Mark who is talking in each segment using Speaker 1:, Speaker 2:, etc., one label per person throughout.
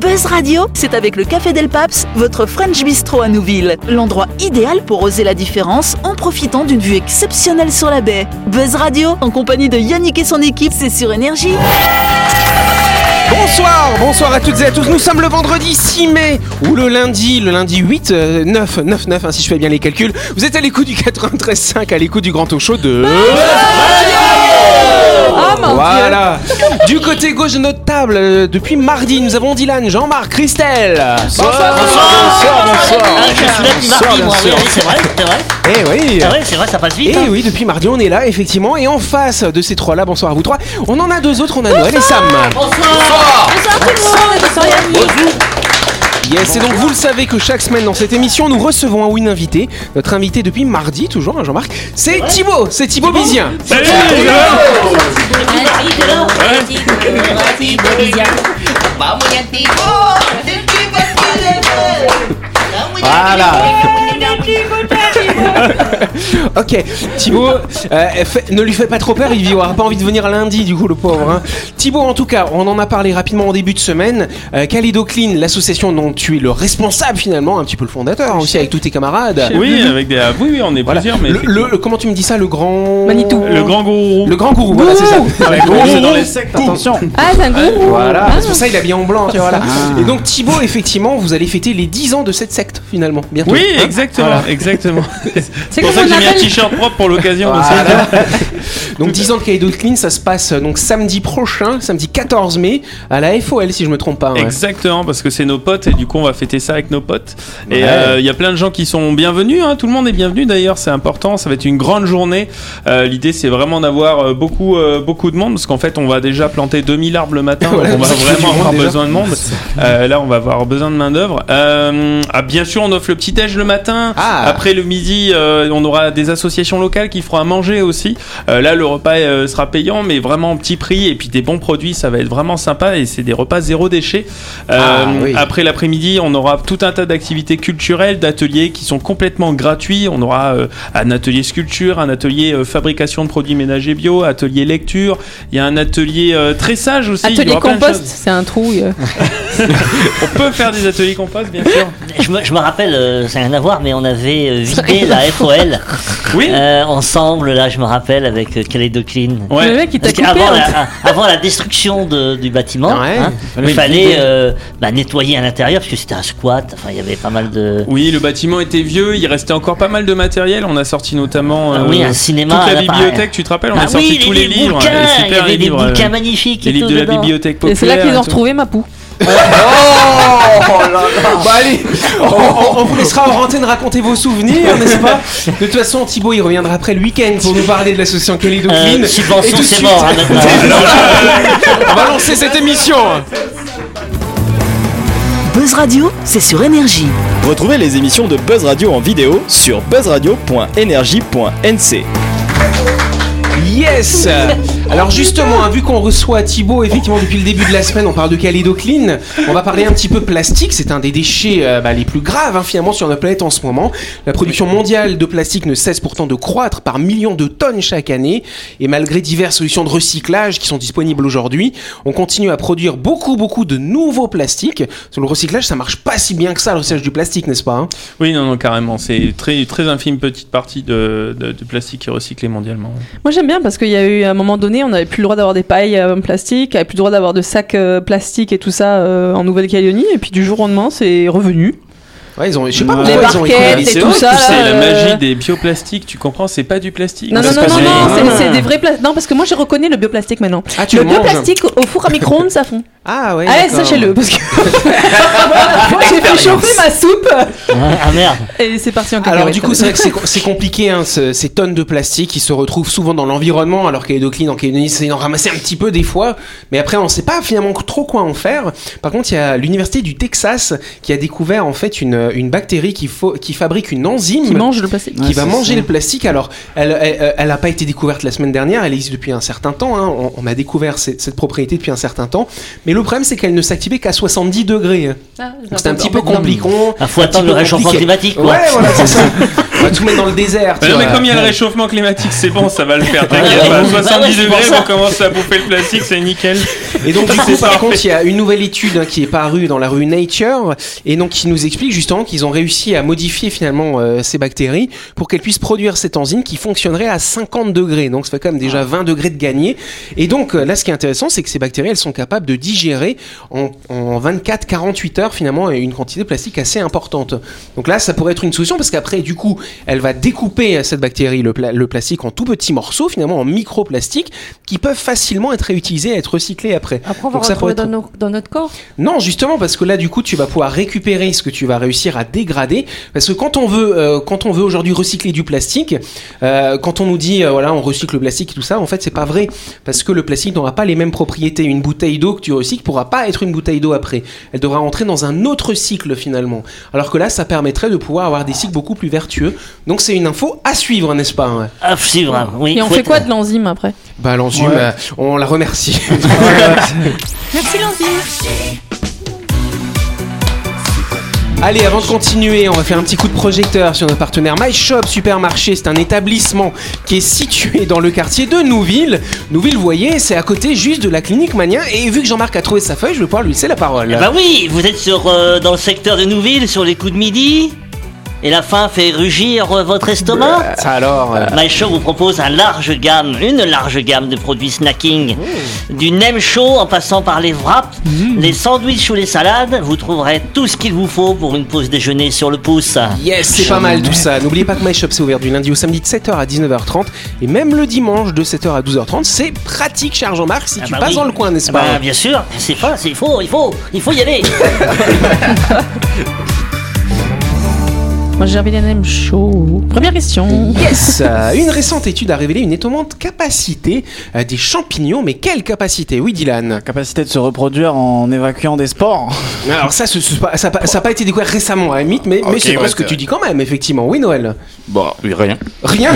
Speaker 1: Buzz Radio, c'est avec le Café Del Paps, votre French Bistro à Nouville. L'endroit idéal pour oser la différence en profitant d'une vue exceptionnelle sur la baie. Buzz Radio, en compagnie de Yannick et son équipe, c'est sur Énergie.
Speaker 2: Bonsoir, bonsoir à toutes et à tous. Nous sommes le vendredi 6 mai ou le lundi, le lundi 8, euh, 9, 9, 9, hein, si je fais bien les calculs. Vous êtes à l'écoute du 93.5, à l'écoute du grand talk show de. voilà. Du côté gauche de notre table, euh, depuis mardi, nous avons Dylan, Jean-Marc, Christelle.
Speaker 3: Bonsoir, bonsoir,
Speaker 4: Ah, je suis là depuis mardi,
Speaker 3: bien
Speaker 4: moi. Oui,
Speaker 3: sûr.
Speaker 4: oui, c'est vrai, c'est vrai.
Speaker 2: Eh oui.
Speaker 4: C'est vrai, c'est vrai, ça passe vite. hein.
Speaker 2: Et Eh oui, depuis mardi, on est là, effectivement. Et en face de ces trois-là, bonsoir à vous trois. On en a deux autres, on a Noël et Sam. Yes, et donc vous le savez que chaque semaine dans cette émission, nous recevons un win invité. Notre invité depuis mardi, toujours, hein, Jean-Marc, c'est Thibaut, c'est Thibaut Bizien. Ok, Thibaut, euh, fais- ne lui fait pas trop peur, il aura pas envie de venir lundi, du coup, le pauvre. hein. Thibaut, en tout cas, on en a parlé rapidement en début de semaine. Euh, Calido Clean, l'association dont tu es le responsable finalement, un petit peu le fondateur hein, aussi avec tous tes camarades.
Speaker 3: Oui, avec des. ah, Oui, oui, on est
Speaker 2: Voilà.
Speaker 3: plusieurs, mais.
Speaker 2: Le, le- le- comment tu me dis ça, le grand.
Speaker 5: Manitou.
Speaker 3: Le grand gourou.
Speaker 2: Le grand gourou, voilà, c'est ça.
Speaker 3: Ouais, le gourou, c'est dans les sectes, attention.
Speaker 5: Ah, c'est un gourou
Speaker 2: Voilà, c'est pour ça il est bien en blanc, tu vois, voilà.
Speaker 3: Ah.
Speaker 2: Et donc Thibaut, effectivement, vous allez fêter les 10 ans de cette secte finalement, bientôt.
Speaker 3: Oui,
Speaker 2: Hein
Speaker 3: exactement, exactement. C'est
Speaker 5: C'est
Speaker 3: pour ça que
Speaker 5: comment
Speaker 3: j'ai
Speaker 5: on
Speaker 3: mis un
Speaker 5: appelle
Speaker 3: t-shirt propre pour l'occasion. parce que-
Speaker 2: Voilà. Ah. donc 10 ans de Kaedo Clean, ça se passe euh, donc samedi prochain, samedi 14 mai à la FOL si je me trompe pas. hein. ouais.
Speaker 3: Exactement, parce que c'est nos potes et du coup on va fêter ça avec nos potes. Et euh,
Speaker 2: Ouais.
Speaker 3: il y a plein de gens qui sont bienvenus, hein, tout le monde est bienvenu d'ailleurs, c'est important, ça va être une grande journée. Euh, L'idée c'est vraiment d'avoir euh, beaucoup, euh, beaucoup de monde, parce qu'en fait on va déjà planter 2000 arbres le matin,
Speaker 2: Voilà,
Speaker 3: donc on va
Speaker 2: parce qu'il y a
Speaker 3: vraiment
Speaker 2: du monde
Speaker 3: avoir
Speaker 2: déjà.
Speaker 3: besoin de monde. Euh, là on va avoir besoin de main d'œuvre. Euh, ah, bien sûr on offre le petit déj le matin,
Speaker 2: Ah.
Speaker 3: après le midi euh, on aura des associations locales qui feront à manger aussi. Euh, là, le repas euh, sera payant, mais vraiment en petit prix et puis des bons produits, ça va être vraiment sympa et c'est des repas zéro déchet. Euh,
Speaker 2: Ah, oui.
Speaker 3: Après l'après-midi, on aura tout un tas d'activités culturelles, d'ateliers qui sont complètement gratuits. On aura euh, un atelier sculpture, un atelier euh, fabrication de produits ménagers bio, atelier lecture. Il y a un atelier euh, tressage aussi. Il y
Speaker 5: Atelier
Speaker 3: aura plein de
Speaker 5: compost,
Speaker 3: choses.
Speaker 5: c'est un trou. euh.
Speaker 3: On peut faire des ateliers compost, bien sûr.
Speaker 4: Je me, je me rappelle, euh, ça n'a rien à voir, mais on avait euh, vidé la FOL
Speaker 3: Oui.
Speaker 4: euh, ensemble, là, je me rappelle, avec euh, Kaleido Clean.
Speaker 5: Le
Speaker 3: Ouais.
Speaker 5: mec, il t'a
Speaker 4: Parce
Speaker 5: coupé.
Speaker 4: qu'avant
Speaker 5: hein.
Speaker 4: la, euh, avant la destruction de- du bâtiment,
Speaker 2: Ouais.
Speaker 4: hein,
Speaker 3: Fallait
Speaker 4: il fallait euh, bah, nettoyer à l'intérieur parce que c'était un squat. Enfin, il y avait pas mal de.
Speaker 3: Oui, le bâtiment était vieux, il restait encore pas mal de matériel. On a sorti notamment
Speaker 4: Ah
Speaker 3: euh,
Speaker 4: oui, un cinéma,
Speaker 3: toute la
Speaker 4: un appareil.
Speaker 3: bibliothèque, tu te rappelles On
Speaker 4: Bah
Speaker 3: a sorti
Speaker 4: oui,
Speaker 3: tous
Speaker 4: les,
Speaker 3: les, livres,
Speaker 4: bouquins,
Speaker 3: les
Speaker 4: il y
Speaker 3: super
Speaker 4: avait
Speaker 3: livres,
Speaker 4: des
Speaker 3: euh,
Speaker 4: bouquins magnifiques
Speaker 3: les
Speaker 4: et
Speaker 3: livres
Speaker 4: tout
Speaker 3: de la
Speaker 4: dedans.
Speaker 3: bibliothèque
Speaker 5: Et
Speaker 3: populaire.
Speaker 5: c'est là qu'ils ont
Speaker 3: tout.
Speaker 5: retrouvé ma poux.
Speaker 2: Bah allez, on, on- on vous laissera en antenne raconter vos souvenirs, n'est-ce pas De toute façon, Thibaut, il reviendra après le week-end pour nous parler de l'association Calido
Speaker 4: Euh,
Speaker 2: Clean. Et
Speaker 4: subvention,
Speaker 2: tout de
Speaker 4: c'est
Speaker 2: suite,
Speaker 4: mort. hein, maintenant.
Speaker 2: on va lancer cette émission.
Speaker 1: Buzz Radio, c'est sur Énergie.
Speaker 6: Retrouvez les émissions de Buzz Radio en vidéo sur buzzradio.energie.nc.
Speaker 2: Yes Alors justement, hein, vu qu'on reçoit Thibaut, effectivement, depuis le début de la semaine, on parle de Calédo Clean. On va parler un petit peu plastique. C'est un des déchets euh, bah, les plus graves, hein, finalement, sur notre planète en ce moment. La production mondiale de plastique ne cesse pourtant de croître par millions de tonnes chaque année. Et malgré diverses solutions de recyclage qui sont disponibles aujourd'hui, on continue à produire beaucoup, beaucoup de nouveaux plastiques. Sur le recyclage, ça marche pas si bien que ça, le recyclage du plastique, n'est-ce pas hein
Speaker 3: Oui, non, non, carrément. C'est très, très infime petite partie de, de- de plastique qui est recyclé mondialement.
Speaker 5: Moi, j'aime bien parce qu'il y a eu à un moment donné, on n'avait plus le droit d'avoir des pailles euh, en plastique, on n'avait plus le droit d'avoir de sacs euh, plastiques et tout ça euh, en Nouvelle-Calédonie. Et puis du jour au lendemain, c'est revenu.
Speaker 2: Ouais, ils ont, je sais pas
Speaker 3: Ouais.
Speaker 2: pourquoi
Speaker 3: Les
Speaker 2: ils ont
Speaker 5: barquettes,
Speaker 2: écrit-
Speaker 5: Et
Speaker 3: C'est
Speaker 5: Eh, tout
Speaker 3: vrai,
Speaker 5: ça,
Speaker 3: tu sais,
Speaker 5: là,
Speaker 3: la
Speaker 5: euh,
Speaker 3: magie des bioplastiques, tu comprends, c'est pas du plastique.
Speaker 5: Non, non,
Speaker 3: C'est
Speaker 5: non,
Speaker 3: pas
Speaker 5: non,
Speaker 3: du-
Speaker 5: non,
Speaker 3: Ah.
Speaker 5: c'est- c'est des vrais plastiques. Non, parce que moi, j'ai reconnu le bioplastique maintenant.
Speaker 2: Ah, tu
Speaker 5: Le
Speaker 2: le manges
Speaker 5: bioplastique au four à micro-ondes, ça fond.
Speaker 2: Ah ouais.
Speaker 5: Allez,
Speaker 2: d'accord.
Speaker 5: sachez-le, parce que j'ai fait chauffer ma soupe
Speaker 4: ah merde.
Speaker 5: et c'est parti en
Speaker 2: Alors
Speaker 5: cacahuète.
Speaker 2: du coup, c'est vrai que c'est co- c'est compliqué, hein, ce- ces tonnes de plastique qui se retrouvent souvent dans l'environnement, alors qu'Edo Clean en Calédonie, c'est d'en ramasser un petit peu des fois, mais après on sait pas finalement trop quoi en faire. Par contre, il y a l'université du Texas qui a découvert en fait une, une bactérie qui, fa- qui fabrique une enzyme
Speaker 5: qui mange le plastique.
Speaker 2: qui va manger le plastique. Alors, elle n'a pas été découverte la semaine dernière, elle existe depuis un certain temps. hein. On, on a découvert cette, cette propriété depuis un certain temps. Mais le problème, c'est qu'elle ne s'activait qu'à 70 degrés. hein.
Speaker 5: Ah,
Speaker 2: Donc,
Speaker 5: bah,
Speaker 2: C'est un petit peu compliqué.
Speaker 4: Ah, faut
Speaker 2: un
Speaker 4: attendre
Speaker 2: petit
Speaker 4: le
Speaker 2: peu
Speaker 4: réchauffement
Speaker 2: compliqué.
Speaker 4: climatique, quoi.
Speaker 2: Ouais, voilà, c'est ça. On va tout mettre dans le désert.
Speaker 3: Mais
Speaker 2: tu
Speaker 3: Bah non, mais
Speaker 2: vois.
Speaker 3: comme il y a le réchauffement climatique, c'est bon, ça va le faire. T'inquiète
Speaker 4: Ouais,
Speaker 3: pas.
Speaker 4: ouais, ouais,
Speaker 3: 70
Speaker 4: c'est pour
Speaker 3: degrés,
Speaker 4: ça.
Speaker 3: on commence à bouffer le plastique, c'est nickel.
Speaker 2: Et donc, du coup, par contre, il y a une nouvelle étude hein, qui est parue dans la rue Nature et donc qui nous explique justement qu'ils ont réussi à modifier finalement euh, ces bactéries pour qu'elles puissent produire cette enzyme qui fonctionnerait à 50 degrés. Donc, ça fait quand même déjà 20 degrés de gagné. Et donc, euh, là, ce qui est intéressant, c'est que ces bactéries, elles sont capables de digérer en, en 24-48 heures finalement une quantité de plastique assez importante. Donc là, ça pourrait être une solution parce qu'après, du coup, elle va découper euh, cette bactérie, le, pla- le plastique, en tout petits morceaux finalement, en microplastiques qui peuvent facilement être réutilisés et être recyclés après.
Speaker 7: Après, on va
Speaker 2: Donc ça pourrait
Speaker 7: retrouver
Speaker 2: être-
Speaker 7: dans, nos- dans notre corps.
Speaker 2: Non, justement, parce que là, du coup, tu vas pouvoir récupérer ce que tu vas réussir à dégrader. Parce que quand on veut, euh, quand on veut aujourd'hui recycler du plastique, euh, quand on nous dit, euh, voilà, on recycle le plastique et tout ça, en fait, c'est pas vrai. Parce que le plastique n'aura pas les mêmes propriétés. Une bouteille d'eau que tu recycles pourra pas être une bouteille d'eau après. Elle devra entrer dans un autre cycle, finalement. Alors que là, ça permettrait de pouvoir avoir des cycles beaucoup plus vertueux. Donc, c'est une info à suivre, n'est-ce pas hein
Speaker 4: Ah, c'est vrai, oui.
Speaker 5: Et on
Speaker 4: faut
Speaker 5: fait
Speaker 4: être-
Speaker 5: quoi de l'enzyme après
Speaker 2: Bah, l'enzyme, euh, on la remercie.
Speaker 7: Merci l'enzyme.
Speaker 2: Allez, avant de continuer, on va faire un petit coup de projecteur sur notre partenaire My Shop Supermarché. C'est un établissement qui est situé dans le quartier de Nouville. Nouville, vous voyez, c'est à côté juste de la clinique Mania. Et vu que Jean-Marc a trouvé sa feuille, je vais pouvoir lui laisser la parole.
Speaker 4: Eh ben oui, vous êtes sur, euh, dans le secteur de Nouville, sur les coups de midi, et la faim fait rugir euh, votre estomac
Speaker 2: Ça alors, euh,
Speaker 4: My Show vous propose un large gamme, une large gamme de produits snacking.
Speaker 2: Oh.
Speaker 4: Du nem chaud en passant par les wraps,
Speaker 2: Mm.
Speaker 4: les sandwichs ou les salades, vous trouverez tout ce qu'il vous faut pour une pause déjeuner sur le pouce. Ah
Speaker 2: yes, c'est pas mal tout ça. N'oubliez pas que My Shop, c'est ouvert du lundi au samedi de 7h à 19h30. Et même le dimanche de 7h à 12h30. C'est pratique, cher Jean-Marc, si
Speaker 4: Ah
Speaker 2: tu
Speaker 4: bah
Speaker 2: passes
Speaker 4: oui.
Speaker 2: dans le coin, n'est-ce
Speaker 4: Ah
Speaker 2: pas
Speaker 4: bah, Bien sûr, c'est pas, c'est- il faut, il faut, il faut y aller.
Speaker 5: Moi j'avais les mêmes show. Première question.
Speaker 2: Yes Euh, Une récente étude a révélé une étonnante capacité euh, des champignons. Mais quelle capacité Oui, Dylan
Speaker 8: Capacité de se reproduire en évacuant des spores.
Speaker 2: Alors ça, ce- ce- ça n'a pas été découvert récemment à la limite, mais, mais
Speaker 8: Ok,
Speaker 2: c'est pas
Speaker 8: ouais,
Speaker 2: ce que
Speaker 8: c'est
Speaker 2: tu dis quand même, effectivement. Oui, Noël.
Speaker 8: Bon, rien.
Speaker 2: Rien.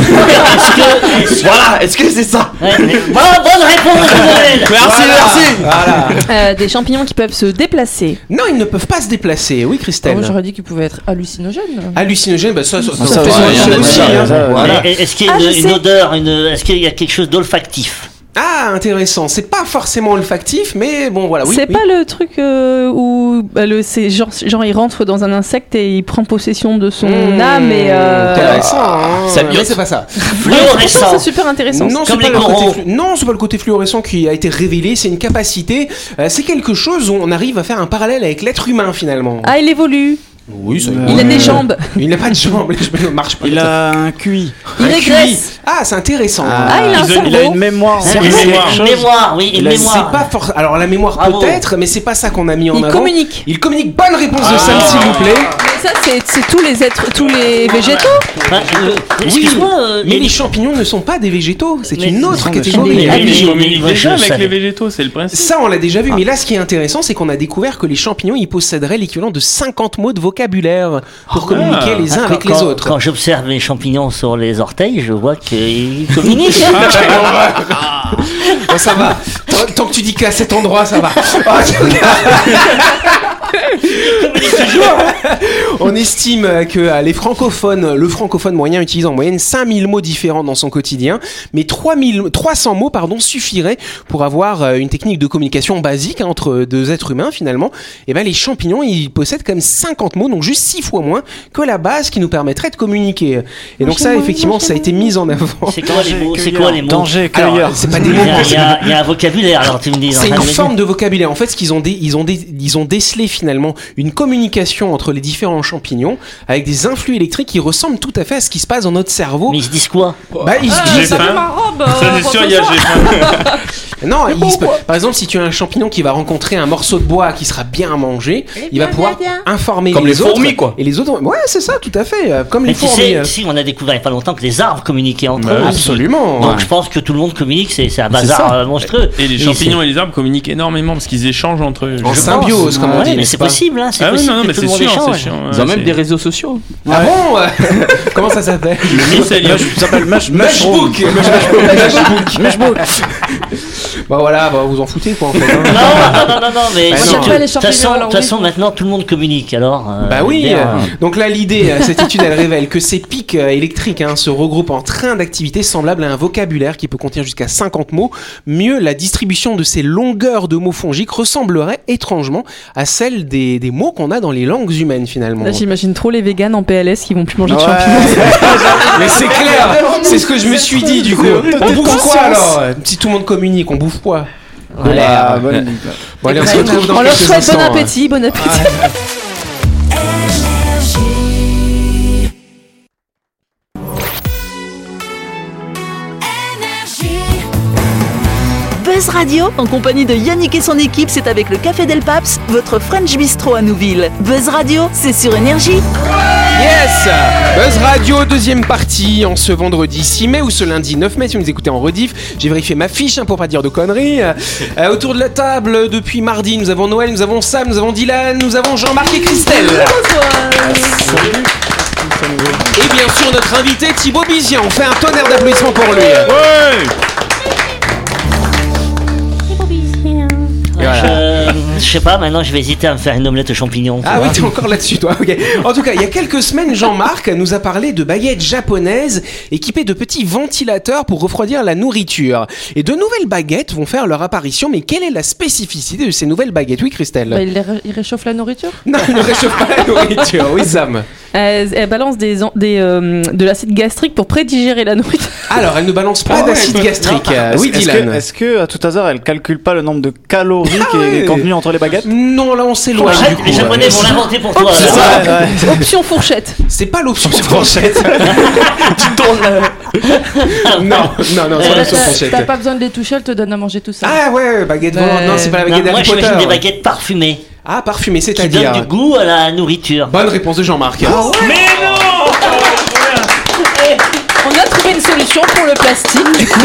Speaker 8: voilà, est-ce que c'est ça
Speaker 4: Ouais, mais- Voilà, bonne réponse, Noël.
Speaker 8: Merci, merci
Speaker 2: voilà.
Speaker 5: Euh, des champignons qui peuvent se déplacer.
Speaker 2: Non, ils ne peuvent pas se déplacer. Oui,
Speaker 7: Ah,
Speaker 2: Christelle.
Speaker 7: moi, J'aurais dit qu'il pouvait être hallucinogène.
Speaker 5: Ah,
Speaker 2: Hallucinogène, bah ça, ça, ça,
Speaker 8: ça,
Speaker 2: ça,
Speaker 8: ouais,
Speaker 2: ça,
Speaker 8: il y en
Speaker 2: ça
Speaker 8: a
Speaker 2: aussi.
Speaker 8: déjà, il y en
Speaker 2: hein.
Speaker 8: a déjà, ouais.
Speaker 2: Voilà.
Speaker 4: Mais Est-ce qu'il y a
Speaker 5: Ah,
Speaker 4: une,
Speaker 5: je sais.
Speaker 4: une odeur, une, est-ce qu'il y a quelque chose d'olfactif
Speaker 2: Ah, intéressant. C'est pas forcément olfactif, mais bon, voilà. Oui,
Speaker 5: c'est
Speaker 2: oui.
Speaker 5: pas le truc euh, où bah, le, c'est genre, genre il rentre dans un insecte et il prend possession de son
Speaker 2: Mmh,
Speaker 5: âme et. euh,
Speaker 2: Intéressant. hein.
Speaker 8: Ça
Speaker 2: Mais
Speaker 8: miote.
Speaker 2: c'est pas ça.
Speaker 5: ouais, pourtant,
Speaker 4: Fluorescent.
Speaker 5: c'est super intéressant.
Speaker 2: Non, c'est
Speaker 4: Comme
Speaker 2: pas,
Speaker 4: les
Speaker 2: le côté
Speaker 4: coraux.
Speaker 2: flu- non, c'est pas le côté fluorescent qui a été révélé. C'est une capacité. euh, c'est quelque chose où on arrive à faire un parallèle avec l'être humain finalement.
Speaker 5: Ah, il évolue.
Speaker 2: oui, ça-
Speaker 5: Il a des jambes.
Speaker 2: Il n'a pas de jambes. Les jambes ne marchent pas.
Speaker 8: Il a un QI.
Speaker 5: Il régresse.
Speaker 2: Ah, c'est intéressant.
Speaker 5: Ah, il a un
Speaker 8: Ils ont- il a
Speaker 5: cerveau.
Speaker 8: une mémoire.
Speaker 4: Hein,
Speaker 8: Il a quelque
Speaker 4: mémoire.
Speaker 8: chose.
Speaker 4: mémoire, oui, une
Speaker 8: Il a-
Speaker 2: C'est
Speaker 4: mémoire.
Speaker 2: pas forc- Alors la mémoire
Speaker 4: Bravo.
Speaker 2: peut-être, mais c'est pas ça qu'on a mis en
Speaker 5: Il
Speaker 2: avant.
Speaker 5: communique.
Speaker 2: Il communique. Bonne réponse de Sam, s'il vous plaît.
Speaker 5: Mais ça, c'est, c'est tous les êtres, tous les végétaux.
Speaker 4: Bah, euh, Excuse-moi, euh,
Speaker 2: Mais
Speaker 4: il-
Speaker 2: les champignons ne sont pas des végétaux, c'est
Speaker 4: Mais
Speaker 2: une
Speaker 4: ce
Speaker 2: autre
Speaker 8: sont des
Speaker 2: catégorie.
Speaker 4: champignons.
Speaker 3: Mais
Speaker 4: mais
Speaker 3: ils
Speaker 4: je-
Speaker 3: communiquent
Speaker 4: mais je
Speaker 3: déjà avec
Speaker 4: savais.
Speaker 3: les végétaux, c'est le principe.
Speaker 2: Ça, on l'a déjà
Speaker 4: Ah.
Speaker 2: vu, mais là, ce qui est intéressant, c'est qu'on a découvert que les champignons, ils posséderaient l'équivalent de 50 mots de vocabulaire pour
Speaker 4: Ah.
Speaker 2: communiquer les uns
Speaker 4: Quand-
Speaker 2: avec les
Speaker 4: quand-
Speaker 2: autres.
Speaker 4: Quand j'observe les champignons sur les orteils, je vois qu'ils communiquent.
Speaker 2: Bon, ça va. Tant, tant que tu dis qu'à cet endroit, ça va. On estime euh, que euh, les francophones, le francophone moyen utilise en moyenne 5000 mots différents dans son quotidien, mais 3000, 300 mots pardon, suffiraient pour avoir euh, une technique de communication basique hein, entre deux êtres humains finalement. Et ben les champignons, ils possèdent quand même 50 mots, donc juste 6 fois moins que la base qui nous permettrait de communiquer. Et donc ça, effectivement, ça a été mis en avant.
Speaker 4: C'est quoi les mots C'est quoi
Speaker 8: Cueilleur.
Speaker 4: les mots
Speaker 8: Danger,
Speaker 2: Alors,
Speaker 8: cueilleur.
Speaker 2: c'est pas des
Speaker 4: Il y,
Speaker 2: mots,
Speaker 4: a, il
Speaker 2: c'est
Speaker 4: y a- il y a un vocabulaire, alors tu me dis.
Speaker 2: c'est
Speaker 4: enfin,
Speaker 2: une
Speaker 4: je me
Speaker 2: forme de vocabulaire. En fait, ce qu'ils ont, dé- ils ont, dé- ils ont décelé finalement une communication entre les différents champignons avec des influx électriques qui ressemblent tout à fait à ce qui se passe dans notre
Speaker 4: dis-
Speaker 2: cerveau.
Speaker 4: Mais Ah, ils se disent quoi
Speaker 2: Bah, ils se
Speaker 3: J'ai
Speaker 5: Ah,
Speaker 2: disent.
Speaker 3: faim. Ça,
Speaker 5: bah,
Speaker 3: c'est sûr, il y a j'ai faim.
Speaker 2: Non, ils se- par exemple, si tu as un champignon qui va rencontrer un morceau de bois qui sera Eh bien mangé, il va pouvoir informer
Speaker 8: Comme les
Speaker 2: autres.
Speaker 8: fourmis, quoi.
Speaker 2: Et les autres. Ouais, c'est ça, tout à fait. euh, Comme
Speaker 4: Mais
Speaker 2: les
Speaker 4: tu
Speaker 2: fourmis. euh. Bah
Speaker 4: sais, si on a découvert il n'y a pas longtemps que les arbres communiquaient entre eux. aussi.
Speaker 2: Absolument.
Speaker 4: Donc je pense que tout le monde communique, c'est c'est un bazar euh, monstrueux.
Speaker 3: Et les
Speaker 4: c'est-
Speaker 3: champignons et les arbres communiquent énormément parce qu'ils échangent entre eux.
Speaker 2: En
Speaker 3: Je-
Speaker 2: symbiose, comme on
Speaker 4: Ouais,
Speaker 2: dit.
Speaker 4: mais
Speaker 2: n'est-ce
Speaker 4: c'est
Speaker 2: pas
Speaker 4: possible, hein, c'est
Speaker 3: Ah oui,
Speaker 4: possible
Speaker 3: non, non,
Speaker 4: que
Speaker 3: mais
Speaker 4: tout
Speaker 3: c'est
Speaker 4: le monde
Speaker 3: sûr,
Speaker 4: échange.
Speaker 3: c'est chiant.
Speaker 9: Ils
Speaker 3: ouais,
Speaker 9: ont même
Speaker 3: c'est-
Speaker 9: des réseaux sociaux.
Speaker 2: Ah bon euh, Comment ça s'appelle
Speaker 3: Le mycélium.
Speaker 8: Ça s'appelle Mush- Mushroom.
Speaker 2: Mashbook. Mashbook. Bah voilà, bah vous en foutez quoi en fait. hein.
Speaker 4: Non, non, non, non, non, mais.
Speaker 2: Bah
Speaker 4: si
Speaker 2: non.
Speaker 4: tu-
Speaker 7: Pas les
Speaker 4: De toute façon,
Speaker 7: champignons,
Speaker 4: de
Speaker 7: alors
Speaker 4: toute
Speaker 7: oui.
Speaker 4: façon, maintenant tout le monde communique alors. euh,
Speaker 2: Bah oui,
Speaker 4: je veux dire,
Speaker 2: euh, donc là l'idée, euh, cette étude elle révèle que ces pics euh, électriques hein, se regroupent en train d'activités semblables à un vocabulaire qui peut contenir jusqu'à 50 mots. Mieux, la distribution de ces longueurs de mots fongiques ressemblerait étrangement à celle des, des mots qu'on a dans les langues humaines finalement.
Speaker 5: Là, j'imagine trop les véganes en PLS qui vont plus manger de
Speaker 8: Ouais.
Speaker 5: champignons.
Speaker 2: Mais c'est clair, c'est ce que je me suis dit du coup. On bouffe quoi alors Si tout le monde communique, on bouffe quoi De l'herbe.
Speaker 8: Ah, bonne idée.
Speaker 2: Bon allez, on se retrouve dans
Speaker 5: On leur
Speaker 2: quelques
Speaker 5: souhaite bon
Speaker 2: instants, hein.
Speaker 5: appétit, bon appétit.
Speaker 1: Buzz Radio, en compagnie de Yannick et son équipe, c'est avec le Café Del Paps, votre French Bistro à Nouville. Buzz Radio, c'est sur Énergie.
Speaker 2: Yes Buzz Radio, deuxième partie, en ce vendredi 6 mai ou ce lundi 9 mai, si vous nous écoutez en rediff. J'ai vérifié ma fiche hein, pour pas dire de conneries. Euh, autour de la table, depuis mardi, nous avons Noël, nous avons Sam, nous avons Dylan, nous avons Jean-Marc et Christelle. Et bien sûr, notre invité Thibaut Bizien. On fait un tonnerre d'applaudissements pour lui.
Speaker 4: Je, je sais pas, maintenant je vais hésiter à me faire une omelette aux champignons.
Speaker 2: Ah oui, t'es encore là-dessus, toi. ok. En tout cas, il y a quelques semaines, Jean-Marc nous a parlé de baguettes japonaises équipées de petits ventilateurs pour refroidir la nourriture. Et de nouvelles baguettes vont faire leur apparition, mais quelle est la spécificité de ces nouvelles baguettes Oui, Christelle.
Speaker 7: Bah, il, les ré- il réchauffe la nourriture
Speaker 2: Non, ne réchauffe pas la nourriture. Oui, Sam.
Speaker 5: Elle, Euh, elle balance des, en- des, euh, de l'acide gastrique pour prédigérer la nourriture.
Speaker 2: Alors, elle ne balance pas
Speaker 8: Ah ouais,
Speaker 2: d'acide
Speaker 8: elle peut-
Speaker 2: gastrique. Euh,
Speaker 8: Est-ce-
Speaker 2: oui,
Speaker 8: est-ce
Speaker 2: Dylan. Ah
Speaker 8: que- Est-ce que, à tout hasard, elle calcule pas le nombre de calories qui est
Speaker 2: ouais.
Speaker 8: contenu entre les baguettes
Speaker 2: Non, là, on s'éloigne.
Speaker 4: Arrête,
Speaker 2: du
Speaker 4: les
Speaker 2: coup. euh.
Speaker 4: Japonais vont l'inventer pour toi. là.
Speaker 5: Option fourchette.
Speaker 2: C'est pas l'option sur fourchette.
Speaker 8: Tu tournes la-
Speaker 2: non, non, non, c'est
Speaker 4: Euh,
Speaker 2: pas
Speaker 4: la
Speaker 7: T'as
Speaker 2: l'option
Speaker 7: t'as-
Speaker 2: fourchette.
Speaker 7: t'as pas besoin de les toucher, elle te donne à manger tout ça.
Speaker 2: Ah ouais, baguette
Speaker 7: Ouais.
Speaker 2: volante. Non, c'est pas la
Speaker 4: Non,
Speaker 2: baguette
Speaker 4: moi
Speaker 2: d'Harry
Speaker 4: j'imagine des
Speaker 2: Potter. euh,
Speaker 4: baguettes parfumées
Speaker 2: Ah, parfumée,
Speaker 4: qui
Speaker 2: c'est-à-dire.
Speaker 4: donnent du goût à la nourriture.
Speaker 2: Bonne réponse de Jean-Marc. hein.
Speaker 4: Mais non
Speaker 5: On a trouvé une solution pour le plastique. du coup.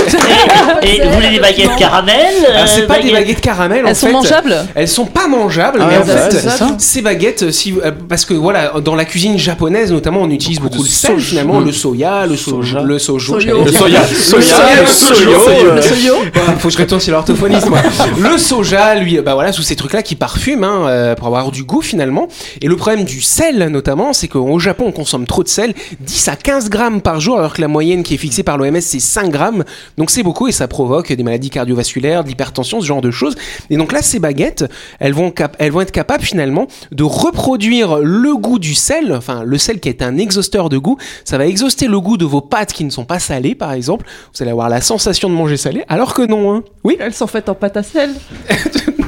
Speaker 4: Et vous voulez des baguettes caramel
Speaker 2: Ah, c'est
Speaker 4: euh,
Speaker 2: pas des baguettes caramel en
Speaker 5: Elles sont
Speaker 2: fait.
Speaker 5: mangeables
Speaker 2: Elles sont pas mangeables,
Speaker 8: Ah
Speaker 2: mais
Speaker 8: ouais,
Speaker 2: en
Speaker 8: bah
Speaker 2: fait,
Speaker 8: ouais, c'est ça.
Speaker 2: ces baguettes, si, vous- euh, parce que voilà, dans la cuisine japonaise notamment, on utilise beaucoup, de, sel finalement, le soya, le soja, le sojo, j'allais
Speaker 8: Mm. Le
Speaker 2: dire.
Speaker 8: soya.
Speaker 2: soya, le sojo,
Speaker 8: euh,
Speaker 2: Bah, faut que je retourne chez l'orthophoniste, moi. Le soja, lui, bah voilà, sous ces trucs-là qui parfument, hein, euh, pour avoir du goût finalement. Et le problème du sel, notamment, c'est qu'au Japon, on consomme trop de sel, 10 à 15 grammes par jour, alors que la moyenne qui est fixée par l'OMS, c'est 5 grammes. Donc c'est beaucoup et ça provoque des maladies cardiovasculaires, de l'hypertension, ce genre de choses. Et donc là, ces baguettes, elles vont, cap- elles vont être capables finalement de reproduire le goût du sel, enfin le sel qui est un exhausteur de goût. Ça va exhauster le goût de vos pâtes qui ne sont pas salées, par exemple. Vous allez avoir la sensation de manger salé, alors que non. Hein. Oui,
Speaker 7: Elles sont faites en pâte à sel.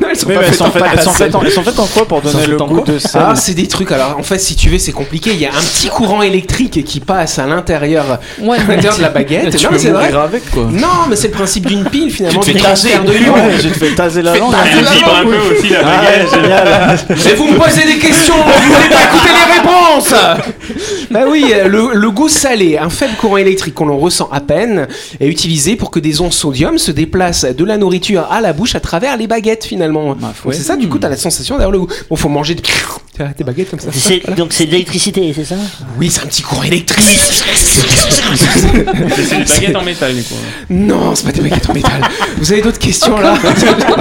Speaker 2: non, elles sont
Speaker 8: Oui,
Speaker 2: pas
Speaker 8: mais elles
Speaker 2: faites
Speaker 8: sont
Speaker 2: en
Speaker 8: faites-
Speaker 2: pâte à
Speaker 8: elles sont
Speaker 2: sel.
Speaker 8: faites en- elles sont faites en quoi pour donner
Speaker 2: sont
Speaker 8: le
Speaker 2: faites en
Speaker 8: goût
Speaker 2: quoi
Speaker 8: de sel
Speaker 2: Ah, c'est des trucs. Alors, en fait, si tu veux, c'est compliqué. Il y a un petit courant électrique qui passe à l'intérieur,
Speaker 5: Ouais.
Speaker 2: à l'intérieur de la baguette.
Speaker 8: Tu
Speaker 2: Non,
Speaker 8: peux
Speaker 2: c'est vrai.
Speaker 8: mourir avec quoi.
Speaker 2: Non, mais c'est le principe d'une pile finalement.
Speaker 8: Tu te
Speaker 2: du
Speaker 8: fais taser.
Speaker 2: transfert de ions.
Speaker 8: Ouais, Je te fais taser la langue.
Speaker 3: Elle vibre un peu aussi la
Speaker 8: Ah,
Speaker 3: baguette.
Speaker 8: génial.
Speaker 2: Mais vous me posez des questions, vous voulez pas écouter les réponses Bah oui, euh, le, le goût salé, un faible courant électrique qu'on en ressent à peine, est utilisé pour que des ondes sodium se déplacent de la nourriture à la bouche à travers les baguettes finalement.
Speaker 8: Bah, faut-
Speaker 2: Donc C'est ça, du coup, t'as la sensation d'avoir le goût. Bon, faut manger de... tes baguettes comme ça.
Speaker 4: C'est- Donc c'est de l'électricité, c'est ça
Speaker 2: Oui, c'est un petit courant électrique.
Speaker 3: Mais C'est des baguettes en métal du coup.
Speaker 2: Non, c'est pas des baguettes en métal. Vous avez d'autres questions là
Speaker 8: Bah,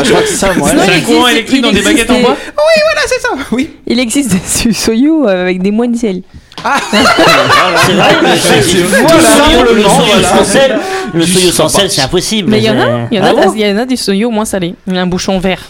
Speaker 8: Je crois que ça, moi.
Speaker 5: Sinon,
Speaker 3: C'est un
Speaker 5: il
Speaker 3: courant
Speaker 5: existe-
Speaker 3: électrique
Speaker 5: il
Speaker 3: dans des
Speaker 5: existe
Speaker 3: baguettes en
Speaker 5: des-
Speaker 3: bois
Speaker 2: Ah, c'est ça. Oui.
Speaker 5: Il existe des soyaux euh, avec des moines sel.
Speaker 2: Ah,
Speaker 4: C'est vrai le soyo- le soyo sans sel, le
Speaker 2: Du
Speaker 4: soyo sans
Speaker 2: sabbat.
Speaker 4: sel, c'est impossible.
Speaker 5: Mais il y en a,
Speaker 4: Euh,
Speaker 5: il y en a,
Speaker 4: ah bon
Speaker 5: il y en a des soyaux moins salés. Il y a un bouchon vert.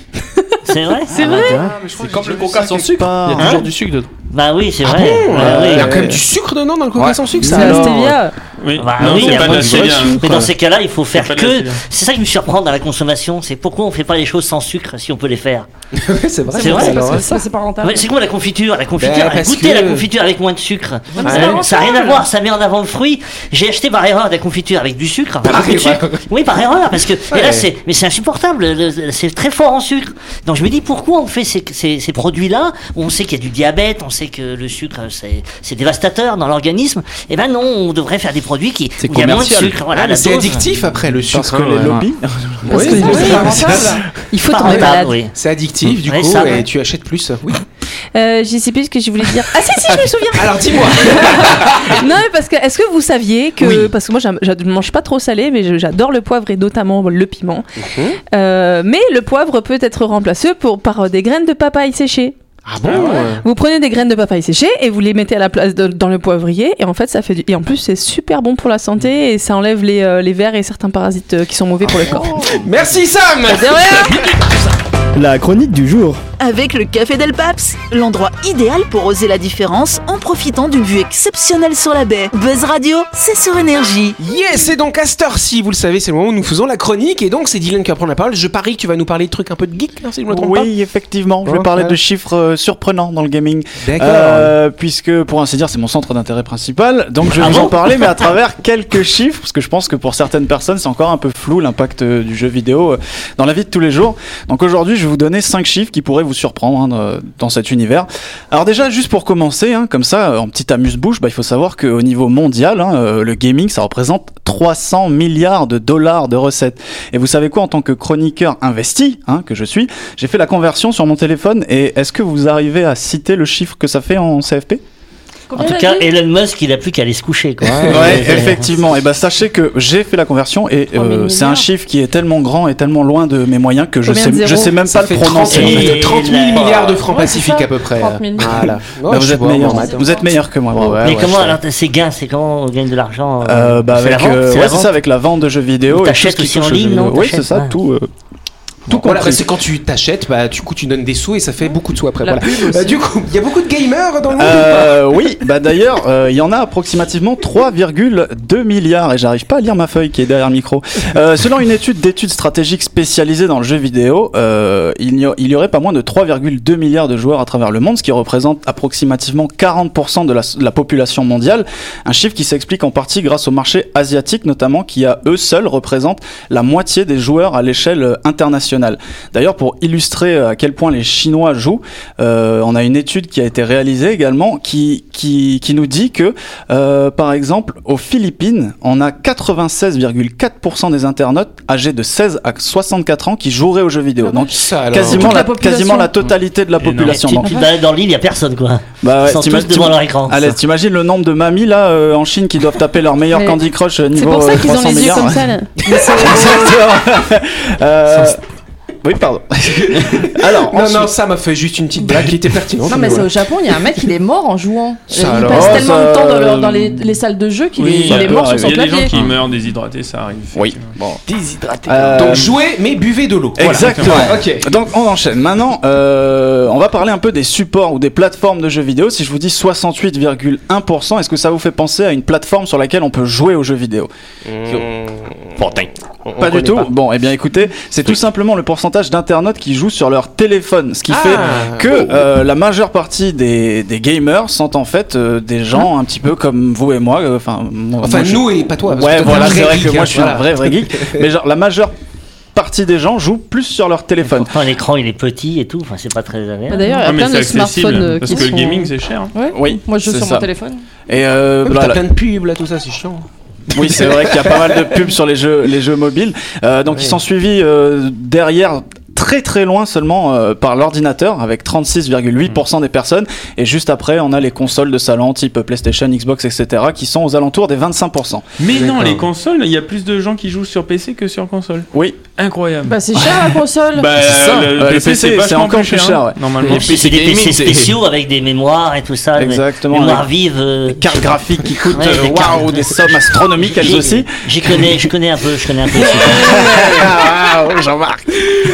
Speaker 4: C'est
Speaker 2: Ah,
Speaker 4: vrai
Speaker 5: C'est vrai.
Speaker 8: C'est comme le coca sans sucre. Il y a
Speaker 4: toujours
Speaker 8: du sucre dedans.
Speaker 4: Bah oui, c'est
Speaker 2: Ah
Speaker 4: vrai.
Speaker 2: bon
Speaker 4: Bah oui.
Speaker 2: Il y a quand même du sucre dedans dans le coca sans sucre,
Speaker 5: C'est
Speaker 2: ça.
Speaker 5: la
Speaker 8: Alors,
Speaker 5: stevia.
Speaker 3: Oui.
Speaker 4: Bah
Speaker 3: non,
Speaker 4: oui,
Speaker 3: c'est
Speaker 4: y a
Speaker 3: pas de
Speaker 4: moins
Speaker 3: la
Speaker 4: de
Speaker 3: stevia, hein.
Speaker 4: Mais dans ces cas-là, il faut faire
Speaker 3: pas de
Speaker 4: que.
Speaker 3: la-
Speaker 4: C'est ça qui me surprend dans la consommation, c'est pourquoi on fait pas les choses sans sucre si on peut les faire.
Speaker 2: Ouais, c'est vrai.
Speaker 4: C'est vrai,
Speaker 2: alors,
Speaker 7: parce
Speaker 2: ouais.
Speaker 7: que ça, c'est pas rentable.
Speaker 4: Ouais, c'est quoi la confiture La confiture,
Speaker 2: Bah, parce
Speaker 4: goûtez
Speaker 2: que-
Speaker 4: la confiture avec moins de sucre.
Speaker 2: mais
Speaker 4: Ça-
Speaker 2: c'est pas
Speaker 4: ça n'a rien à voir, ça met en avant le fruit. J'ai acheté par erreur de la confiture avec du sucre.
Speaker 2: Par
Speaker 4: beaucoup de
Speaker 2: erreur.
Speaker 4: sucre. Oui, par erreur, parce que et
Speaker 2: Ouais.
Speaker 4: là c'est, mais c'est insupportable. le- C'est très fort en sucre. Donc je me dis pourquoi on fait ces, ces- ces produits-là où On sait qu'il y a du diabète, on sait que le sucre c'est, c'est dévastateur dans l'organisme. Et ben non, on devrait faire des produits qui où il y a moins de
Speaker 8: commercial.
Speaker 4: sucre. Voilà,
Speaker 2: Ah, mais
Speaker 4: la
Speaker 2: c'est
Speaker 4: dose.
Speaker 2: addictif après le sucre.
Speaker 8: Parce que
Speaker 2: hein, ouais.
Speaker 8: les lobbies.
Speaker 2: Oui,
Speaker 5: que
Speaker 2: oui,
Speaker 5: les
Speaker 2: oui,
Speaker 5: lobbies-
Speaker 2: c'est-
Speaker 5: Il faut
Speaker 4: Pas
Speaker 5: tomber
Speaker 4: rentable,
Speaker 5: malade.
Speaker 4: oui.
Speaker 2: C'est addictif du
Speaker 4: Ouais,
Speaker 2: coup
Speaker 4: ça,
Speaker 2: et
Speaker 4: ouais.
Speaker 2: tu achètes plus. Oui.
Speaker 5: Euh, je sais plus ce que je voulais dire. Ah si, si, je me souviens.
Speaker 2: Alors dis-moi,
Speaker 5: Non, mais parce que est-ce que vous saviez que
Speaker 2: Oui.
Speaker 5: parce que moi j'aime- je ne mange pas trop salé, mais je- j'adore le poivre et notamment le piment.
Speaker 7: Mhm.
Speaker 5: Euh, mais le poivre peut être remplacé pour par des graines de papaye séchées.
Speaker 2: ah bon
Speaker 5: Vous prenez des graines de papaye séchées et vous les mettez à la place de- dans le poivrier et en fait ça fait du... et en plus c'est super bon pour la santé et ça enlève les, euh, les vers et certains parasites euh, qui sont mauvais pour le corps.
Speaker 2: Merci Sam
Speaker 6: La chronique du jour.
Speaker 1: Avec le Café Del Paps, l'endroit idéal pour oser la différence en profitant d'une vue exceptionnelle sur la baie. Buzz Radio, c'est sur énergie.
Speaker 2: Yes, c'est donc à cette heure-ci, vous le savez, c'est le moment où nous faisons la chronique. Et donc, c'est Dylan qui va prendre la parole. Je parie que tu vas nous parler de trucs un peu de geek, hein, si je me trompe
Speaker 8: Oui, effectivement. Je vais
Speaker 2: Ok.
Speaker 8: parler de chiffres euh, surprenants dans le gaming.
Speaker 2: pas. D'accord.
Speaker 8: Euh, puisque pour ainsi dire c'est mon centre d'intérêt principal donc je vais
Speaker 4: Ah
Speaker 8: vous
Speaker 4: bon
Speaker 8: en parler mais à travers quelques chiffres parce que je pense que pour certaines personnes c'est encore un peu flou l'impact euh, du jeu vidéo euh, dans la vie de tous les jours donc aujourd'hui je vais vous donner cinq chiffres qui pourraient vous surprendre hein, dans- dans cet univers alors déjà juste pour commencer hein, comme ça euh, en petite amuse-bouche bah, il faut savoir qu'au niveau mondial hein, euh, le gaming ça représente 300 milliards de dollars de recettes et vous savez quoi en tant que chroniqueur investi hein, que je suis j'ai fait la conversion sur mon téléphone et est-ce que vous arrivez à citer le chiffre que ça fait en CFP
Speaker 4: En tout cas, Elon Musk, il a plus qu'à aller se coucher, quoi.
Speaker 8: Ouais, effectivement. Et ben sachez que j'ai fait la conversion et
Speaker 5: Oh, mais
Speaker 8: euh, c'est un
Speaker 5: merde.
Speaker 8: chiffre qui est tellement grand et tellement loin de mes moyens que je
Speaker 5: Combien de
Speaker 8: sais, je
Speaker 5: zéros
Speaker 8: sais même
Speaker 2: Ça
Speaker 8: pas
Speaker 2: fait
Speaker 8: le
Speaker 2: 30
Speaker 8: prononcer. en fait.
Speaker 2: 000 30 000 milliards de francs
Speaker 7: Ouais, c'est
Speaker 2: pacifiques
Speaker 7: ça.
Speaker 2: à peu près.
Speaker 7: 30 000.
Speaker 2: Voilà.
Speaker 8: Bah,
Speaker 2: Ouais, je
Speaker 8: vous
Speaker 2: suis
Speaker 8: êtes
Speaker 2: bon en
Speaker 8: meilleur.
Speaker 2: maths.
Speaker 8: Vous êtes meilleur que moi. ouais, ouais,
Speaker 4: mais
Speaker 8: ouais,
Speaker 4: comment
Speaker 8: je-
Speaker 4: alors ces gains, c'est comment on gagne de l'argent euh,
Speaker 8: Euh, bah,
Speaker 4: c'est la
Speaker 8: avec,
Speaker 4: vente,
Speaker 8: euh,
Speaker 4: c'est la
Speaker 8: ouais, c'est
Speaker 4: vente
Speaker 8: ça, avec la vente de jeux vidéo.
Speaker 4: Ou
Speaker 8: et tout
Speaker 4: t'achètes
Speaker 8: ce qui
Speaker 4: aussi en
Speaker 8: touche aux jeux
Speaker 4: ligne,
Speaker 8: vidéo.
Speaker 4: non
Speaker 8: Oui, c'est
Speaker 4: T'achètes,
Speaker 8: ça,
Speaker 4: ouais.
Speaker 8: tout. euh, Tout
Speaker 2: Voilà,
Speaker 8: compris.
Speaker 2: après, c'est quand tu t'achètes, bah, du coup, tu donnes des sous et ça fait beaucoup de sous après.
Speaker 5: La
Speaker 2: Voilà.
Speaker 5: pub aussi.
Speaker 2: Euh, du coup, il y a beaucoup de gamers dans le monde.
Speaker 8: Euh, oui, bah d'ailleurs, euh, il y en a approximativement 3,2 milliards et j'arrive pas à lire ma feuille qui est derrière le micro. Euh, selon une étude d'études stratégiques spécialisées dans le jeu vidéo, euh, il, y a- il y aurait pas moins de 3,2 milliards de joueurs à travers le monde, ce qui représente approximativement 40% de la, de la population mondiale. Un chiffre qui s'explique en partie grâce au marché asiatique, notamment qui à eux seuls représentent la moitié des joueurs à l'échelle euh, internationale. D'ailleurs, pour illustrer euh, à quel point les Chinois jouent, euh, on a une étude qui a été réalisée également qui, qui, qui nous dit que, euh, par exemple, aux Philippines, on a 96,4% des internautes âgés de 16 à 64 ans qui joueraient aux jeux vidéo. Donc,
Speaker 2: ça, alors.
Speaker 8: quasiment
Speaker 7: Toute
Speaker 8: la,
Speaker 7: la population.
Speaker 8: quasiment la totalité de la
Speaker 3: Énorme.
Speaker 8: population.
Speaker 4: Tu-
Speaker 8: Donc,
Speaker 4: tu te balades dans l'île, y a personne, quoi.
Speaker 8: bah ouais,
Speaker 4: Ils sont tous
Speaker 8: t'imagines-
Speaker 4: devant leur écran.
Speaker 8: Allez,
Speaker 4: ça.
Speaker 8: t'imagines le nombre de mamies là euh, en Chine qui doivent taper leur meilleur
Speaker 5: Ouais.
Speaker 8: Candy Crush euh,
Speaker 5: C'est
Speaker 8: niveau
Speaker 5: pour ça
Speaker 8: euh,
Speaker 5: qu'ils ont
Speaker 8: 300
Speaker 5: les yeux
Speaker 8: milliards.
Speaker 5: comme ça. Là.
Speaker 8: Exactement. Euh, Oui, pardon. Alors,
Speaker 2: Non,
Speaker 8: ensuite-
Speaker 2: non, ça m'a fait juste une petite blague qui était pertinente.
Speaker 7: Non mais c'est
Speaker 2: voilà.
Speaker 7: au Japon, il y a un mec, il est mort en jouant.
Speaker 2: Ça
Speaker 7: il
Speaker 2: alors,
Speaker 7: passe tellement
Speaker 8: ça,
Speaker 7: de temps dans, leur-
Speaker 8: euh,
Speaker 7: dans les, les salles de jeu qu'il
Speaker 8: oui,
Speaker 7: est, il est
Speaker 8: ça
Speaker 7: mort
Speaker 8: peut
Speaker 7: sur son
Speaker 3: bah, Il y a des gens
Speaker 7: clavier.
Speaker 3: qui meurent déshydratés, ça arrive.
Speaker 8: Oui,
Speaker 3: effectivement.
Speaker 8: bon.
Speaker 2: Euh,
Speaker 8: Euh,
Speaker 2: Donc, jouez, mais buvez de l'eau. Voilà.
Speaker 8: Exactement.
Speaker 2: Ok.
Speaker 8: Donc on enchaîne. Maintenant, euh, on va parler un peu des supports ou des plateformes de jeux vidéo. Si je vous dis 68,1%, est-ce que ça vous fait penser à une plateforme sur laquelle on peut jouer aux jeux vidéo
Speaker 2: Hmm.
Speaker 8: Pas du tout. Bon, eh bien écoutez, c'est tout simplement le pourcentage d'internautes qui jouent sur leur téléphone, ce qui
Speaker 2: Ah.
Speaker 8: fait que euh, la majeure partie des, des gamers sont en fait euh, des gens un petit peu comme vous et moi. euh, Enfin, moi-
Speaker 2: Hein Enfin,
Speaker 8: moi, je-
Speaker 2: nous et pas toi. parce
Speaker 8: ouais,
Speaker 2: que toi, t'es
Speaker 8: voilà,
Speaker 2: un vrai
Speaker 8: c'est vrai que
Speaker 2: geek,
Speaker 8: moi
Speaker 2: hein,
Speaker 8: je suis
Speaker 2: voilà.
Speaker 8: un vrai vrai geek, mais genre la majeure partie des gens jouent plus sur leur téléphone.
Speaker 4: Pourtant, l'écran, il est petit et tout. Enfin, c'est pas très
Speaker 5: Bah,
Speaker 4: agréable.
Speaker 5: D'ailleurs, il y a
Speaker 3: Ah, mais
Speaker 5: plein
Speaker 3: c'est
Speaker 5: de
Speaker 3: accessible,
Speaker 5: smartphones euh,
Speaker 3: Parce
Speaker 5: qui
Speaker 3: que
Speaker 5: sont-
Speaker 3: le gaming, c'est cher. hein.
Speaker 7: Ouais.
Speaker 8: Oui,
Speaker 7: Moi je joue
Speaker 8: c'est
Speaker 7: sur
Speaker 8: ça.
Speaker 7: mon téléphone.
Speaker 8: Et euh,
Speaker 2: Ouais, mais
Speaker 8: voilà.
Speaker 2: T'as plein de pubs là, tout ça, c'est chiant.
Speaker 8: oui, c'est vrai qu'il y a pas mal de pubs sur les jeux, les jeux mobiles. Euh, donc ils sont suivis euh, derrière très très loin seulement euh, par l'ordinateur avec 36,8% des personnes et juste après on a les consoles de salon type PlayStation, Xbox etc qui sont aux alentours des 25%.
Speaker 3: Mais non,
Speaker 2: D'accord.
Speaker 3: les consoles, il y a plus de gens qui jouent sur PC que sur console.
Speaker 8: Oui,
Speaker 3: Incroyable.
Speaker 7: Bah c'est cher la console.
Speaker 3: Bah,
Speaker 8: c'est ça.
Speaker 3: le,
Speaker 8: Euh,
Speaker 3: PC, c'est vachement
Speaker 8: encore
Speaker 3: plus cher.
Speaker 8: plus cher,
Speaker 3: hein,
Speaker 8: ouais.
Speaker 3: Normalement.
Speaker 4: Et puis, c'est des PC spéciaux avec des mémoires et tout ça. des
Speaker 8: Exactement,
Speaker 4: Mémoires
Speaker 8: avec-
Speaker 4: vives. euh,
Speaker 8: cartes graphiques qui coûtent
Speaker 4: Ouais,
Speaker 8: euh,
Speaker 4: des cartes.
Speaker 8: waouh des sommes astronomiques elles
Speaker 4: j'ai-
Speaker 8: aussi.
Speaker 4: J'y connais, je connais un peu, je connais un peu.
Speaker 8: Ah, ah, Jean-Marc.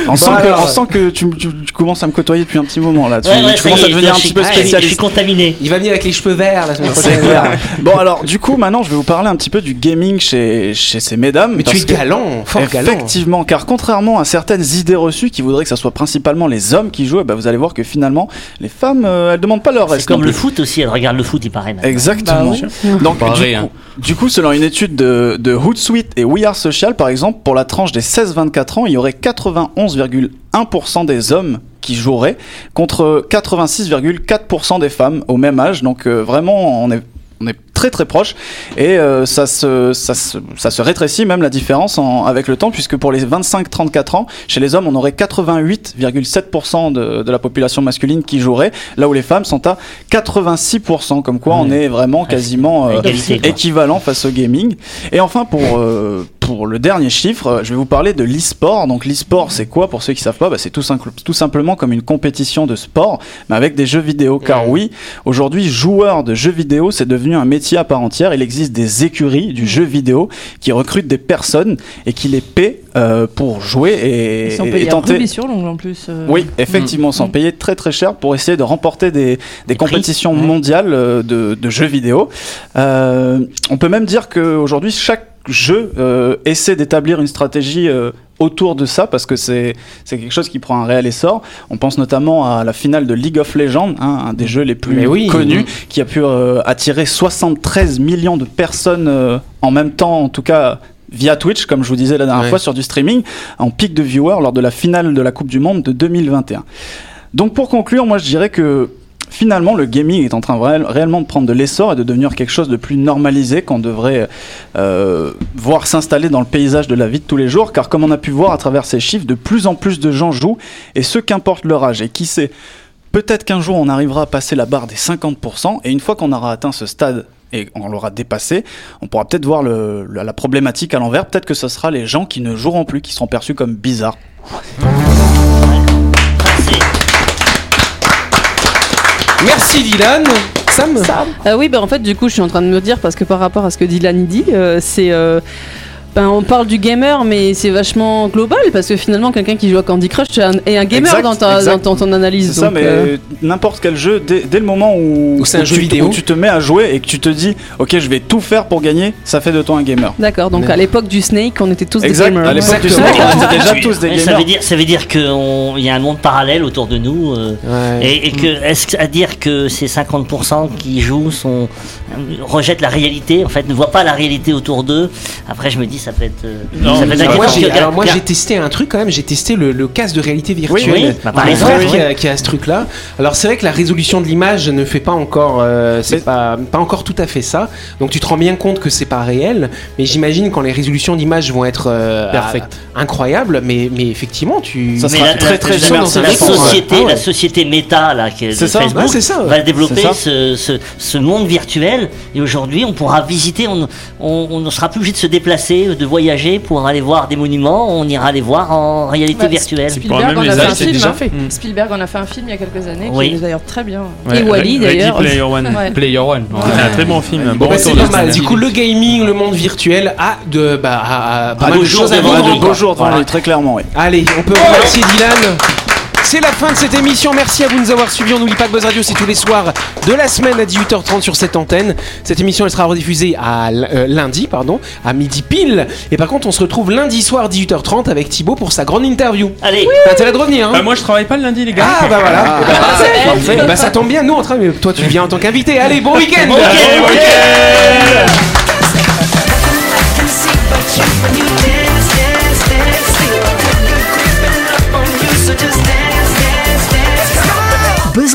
Speaker 8: On, sent
Speaker 2: Bon,
Speaker 8: que,
Speaker 2: alors.
Speaker 8: on sent que tu, tu- tu commences à me côtoyer depuis un petit moment là. Tu,
Speaker 4: Ouais, ouais, ça
Speaker 8: tu
Speaker 4: y
Speaker 8: commences
Speaker 4: est,
Speaker 8: à devenir un
Speaker 4: je
Speaker 8: petit
Speaker 4: suis-
Speaker 8: peu
Speaker 4: je suis- Je suis
Speaker 8: spécialiste.
Speaker 4: contaminé.
Speaker 2: Il va venir avec les cheveux verts la semaine
Speaker 8: C'est
Speaker 2: prochaine.
Speaker 8: clair. Bon alors du coup maintenant je vais vous parler un petit peu du gaming chez, chez ces mesdames.
Speaker 2: Mais tu
Speaker 8: parce
Speaker 2: es
Speaker 8: que-
Speaker 2: galant, fort galant. hein.
Speaker 8: Effectivement, car contrairement à certaines idées reçues qui voudraient que ça soit principalement les hommes qui jouent, eh ben, vous allez voir que finalement les femmes euh, elles demandent pas leur
Speaker 4: C'est
Speaker 8: reste.
Speaker 4: comme le foot aussi, elle regarde le foot, il paraît. maintenant.
Speaker 8: Exactement. Donc, du,
Speaker 9: Pareil,
Speaker 8: coup,
Speaker 9: hein.
Speaker 8: du coup, selon une étude de, de Hootsuite et We Are Social, par exemple, pour la tranche des 16-24 ans, il y aurait 91,1% des hommes qui joueraient contre 86,4% des femmes au même âge. Donc, euh, vraiment, on est, on est très très proches et euh, ça, se, ça, se, ça se rétrécit même la différence en- avec le temps puisque pour les 25-34 ans, chez les hommes, on aurait 88,7% de, de la population masculine qui jouerait, là où les femmes sont à 86%, comme quoi on est vraiment quasiment euh,
Speaker 4: Égalité, quoi.
Speaker 8: équivalent face au gaming. Et enfin, pour, euh, pour le dernier chiffre, euh, je vais vous parler de l'e-sport. Donc, l'e-sport, c'est quoi Pour ceux qui savent pas, bah, c'est tout, simple- tout simplement comme une compétition de sport, mais avec des jeux vidéo. Car oui, aujourd'hui, joueur de jeux vidéo, c'est devenu un métier à part entière. Il existe des écuries du jeu vidéo qui recrutent des personnes et qui les paient euh, pour jouer et,
Speaker 7: Ils sont
Speaker 8: et-
Speaker 7: payés
Speaker 8: et
Speaker 7: à
Speaker 8: tenter.
Speaker 7: rubis sur l'ongle en plus. euh.
Speaker 8: Oui, effectivement, sans
Speaker 7: Mm.
Speaker 8: payer très très cher pour essayer de remporter des, des
Speaker 4: prix.
Speaker 8: compétitions mondiales euh, de, de jeux vidéo. Euh, on peut même dire qu'aujourd'hui, chaque jeu euh, essaie d'établir une stratégie euh, autour de ça parce que c'est c'est quelque chose qui prend un réel essor. On pense notamment à la finale de League of Legends, hein, un des jeux les plus
Speaker 2: Mais oui.
Speaker 8: connus, qui a pu euh, attirer 73 millions de personnes euh, en même temps, en tout cas via Twitch, comme je vous disais la dernière
Speaker 2: Ouais.
Speaker 8: fois, sur du streaming, en pic de viewers lors de la finale de la Coupe du Monde de 2021. Donc pour conclure, moi je dirais que finalement le gaming est en train vra- réellement de prendre de l'essor et de devenir quelque chose de plus normalisé qu'on devrait euh, voir s'installer dans le paysage de la vie de tous les jours, car comme on a pu voir à travers ces chiffres, de plus en plus de gens jouent, et ce qu'importe leur âge, et qui sait, peut-être qu'un jour on arrivera à passer la barre des 50%, et une fois qu'on aura atteint ce stade, et on l'aura dépassé, on pourra peut-être voir le- la, la problématique à l'envers, peut-être que ce sera les gens qui ne joueront plus, qui seront perçus comme bizarres.
Speaker 4: Merci.
Speaker 2: Merci Dylan. Sam
Speaker 5: Euh, oui, ben en fait, du coup, je suis en train de me dire, parce que par rapport à ce que Dylan dit, euh, c'est. euh, ben, on parle du gamer, mais c'est vachement global, parce que finalement, quelqu'un qui joue à Candy Crush est un, est un gamer
Speaker 8: Exact,
Speaker 5: dans, ta-
Speaker 8: exact.
Speaker 5: dans ton, ton analyse.
Speaker 8: C'est ça,
Speaker 5: donc,
Speaker 8: mais
Speaker 5: euh,
Speaker 8: n'importe quel jeu, dès, dès le moment où,
Speaker 2: Où c'est
Speaker 8: où
Speaker 2: un jeu
Speaker 8: tu,
Speaker 2: vidéo.
Speaker 8: où tu te mets à jouer et que tu te dis, ok, je vais tout faire pour gagner, ça fait de toi un gamer.
Speaker 5: D'accord, donc
Speaker 2: Mais-
Speaker 5: à l'époque du Snake, on était tous
Speaker 8: Exact.
Speaker 5: des gamers.
Speaker 8: À l'époque du
Speaker 2: Exactement.
Speaker 8: Snake, on était déjà tous des
Speaker 4: Mais
Speaker 8: gamers.
Speaker 4: ça veut dire, ça veut dire qu'il y a un monde parallèle autour de nous. euh, Et, et que, est-ce que- à dire que ces 50% qui jouent sont, rejettent la réalité, en fait, ne voient pas la réalité autour d'eux, après je me dis, ça peut être. euh,
Speaker 3: Non,
Speaker 4: ça peut être
Speaker 3: mais
Speaker 2: Alors moi,
Speaker 4: inquiétant,
Speaker 2: j'ai,
Speaker 4: parce que-
Speaker 2: alors moi, j'ai testé un truc quand même, j'ai testé le, le casque de réalité virtuelle.
Speaker 8: Oui, oui.
Speaker 4: Bah, par
Speaker 2: Mon
Speaker 4: exemple,
Speaker 2: frère
Speaker 4: oui.
Speaker 2: qui, a, qui a ce truc-là. Alors c'est vrai que la résolution de l'image ne fait pas encore, euh, c'est
Speaker 8: Mais-
Speaker 2: pas, pas encore tout à fait ça. Donc tu te rends bien compte que c'est pas réel, mais j'imagine quand les résolutions d'image vont être euh,
Speaker 8: Perfect.
Speaker 2: à- incroyables, mais, mais effectivement tu.
Speaker 8: Ça
Speaker 4: Mais
Speaker 8: sera
Speaker 4: la,
Speaker 8: très,
Speaker 4: la-
Speaker 8: très
Speaker 4: la-
Speaker 8: immersif,
Speaker 4: la
Speaker 8: je pense, ouais.
Speaker 4: société,
Speaker 2: Ah ouais.
Speaker 4: la société méta là, qui est de
Speaker 8: C'est ça,
Speaker 4: Facebook,
Speaker 2: ouais, c'est ça, ouais.
Speaker 4: va développer
Speaker 8: C'est ça.
Speaker 4: Ce, ce- ce monde virtuel. Et aujourd'hui, on pourra visiter, on, on, on ne sera plus obligé de se déplacer, de voyager pour aller voir des monuments. On ira les voir en réalité
Speaker 7: Bah,
Speaker 4: virtuelle.
Speaker 3: pourras
Speaker 7: Spielberg
Speaker 3: même
Speaker 7: en
Speaker 3: les
Speaker 7: a fait
Speaker 3: acheter
Speaker 7: un film.
Speaker 3: déjà.
Speaker 7: hein.
Speaker 3: Mm.
Speaker 7: Spielberg en a fait un film il y a quelques années
Speaker 4: Oui.
Speaker 7: qui est d'ailleurs très bien.
Speaker 5: Et
Speaker 3: Ready
Speaker 5: Wally, d'ailleurs.
Speaker 3: Player One.
Speaker 7: Ouais.
Speaker 9: Player One.
Speaker 3: C'est un très bon film. un bon
Speaker 2: Bah, c'est
Speaker 3: retour
Speaker 2: pas
Speaker 3: de
Speaker 2: mal.
Speaker 3: Steam.
Speaker 2: Du coup, le gaming, le monde virtuel a de bah a, a pas
Speaker 8: Ah,
Speaker 2: mal
Speaker 8: de
Speaker 2: de
Speaker 8: jours
Speaker 2: choses à
Speaker 8: devant-
Speaker 2: vivre.
Speaker 8: de
Speaker 2: encore.
Speaker 8: beaux jours devant
Speaker 2: Voilà.
Speaker 8: lui, très clairement, oui.
Speaker 2: Allez, on peut remercier Dylan. C'est la fin de cette émission. Merci à vous de nous avoir suivis. On n'oublie pas que Buzz Radio, c'est tous les soirs de la semaine à 18h30 sur cette antenne. Cette émission, elle sera rediffusée à l- euh, lundi, pardon, à midi pile. Et par contre, on se retrouve lundi soir 18h30 avec Thibaut pour sa grande interview.
Speaker 4: Allez,
Speaker 2: T'as intérêt de revenir, hein
Speaker 3: Bah, moi, je travaille pas le lundi, les gars.
Speaker 2: Ah bah voilà. Eh ben, parfait. Bah, ça tombe bien, nous on travaille. mais Toi, tu viens en tant qu'invité. Allez, bon week-end.
Speaker 4: Bon
Speaker 1: Buzz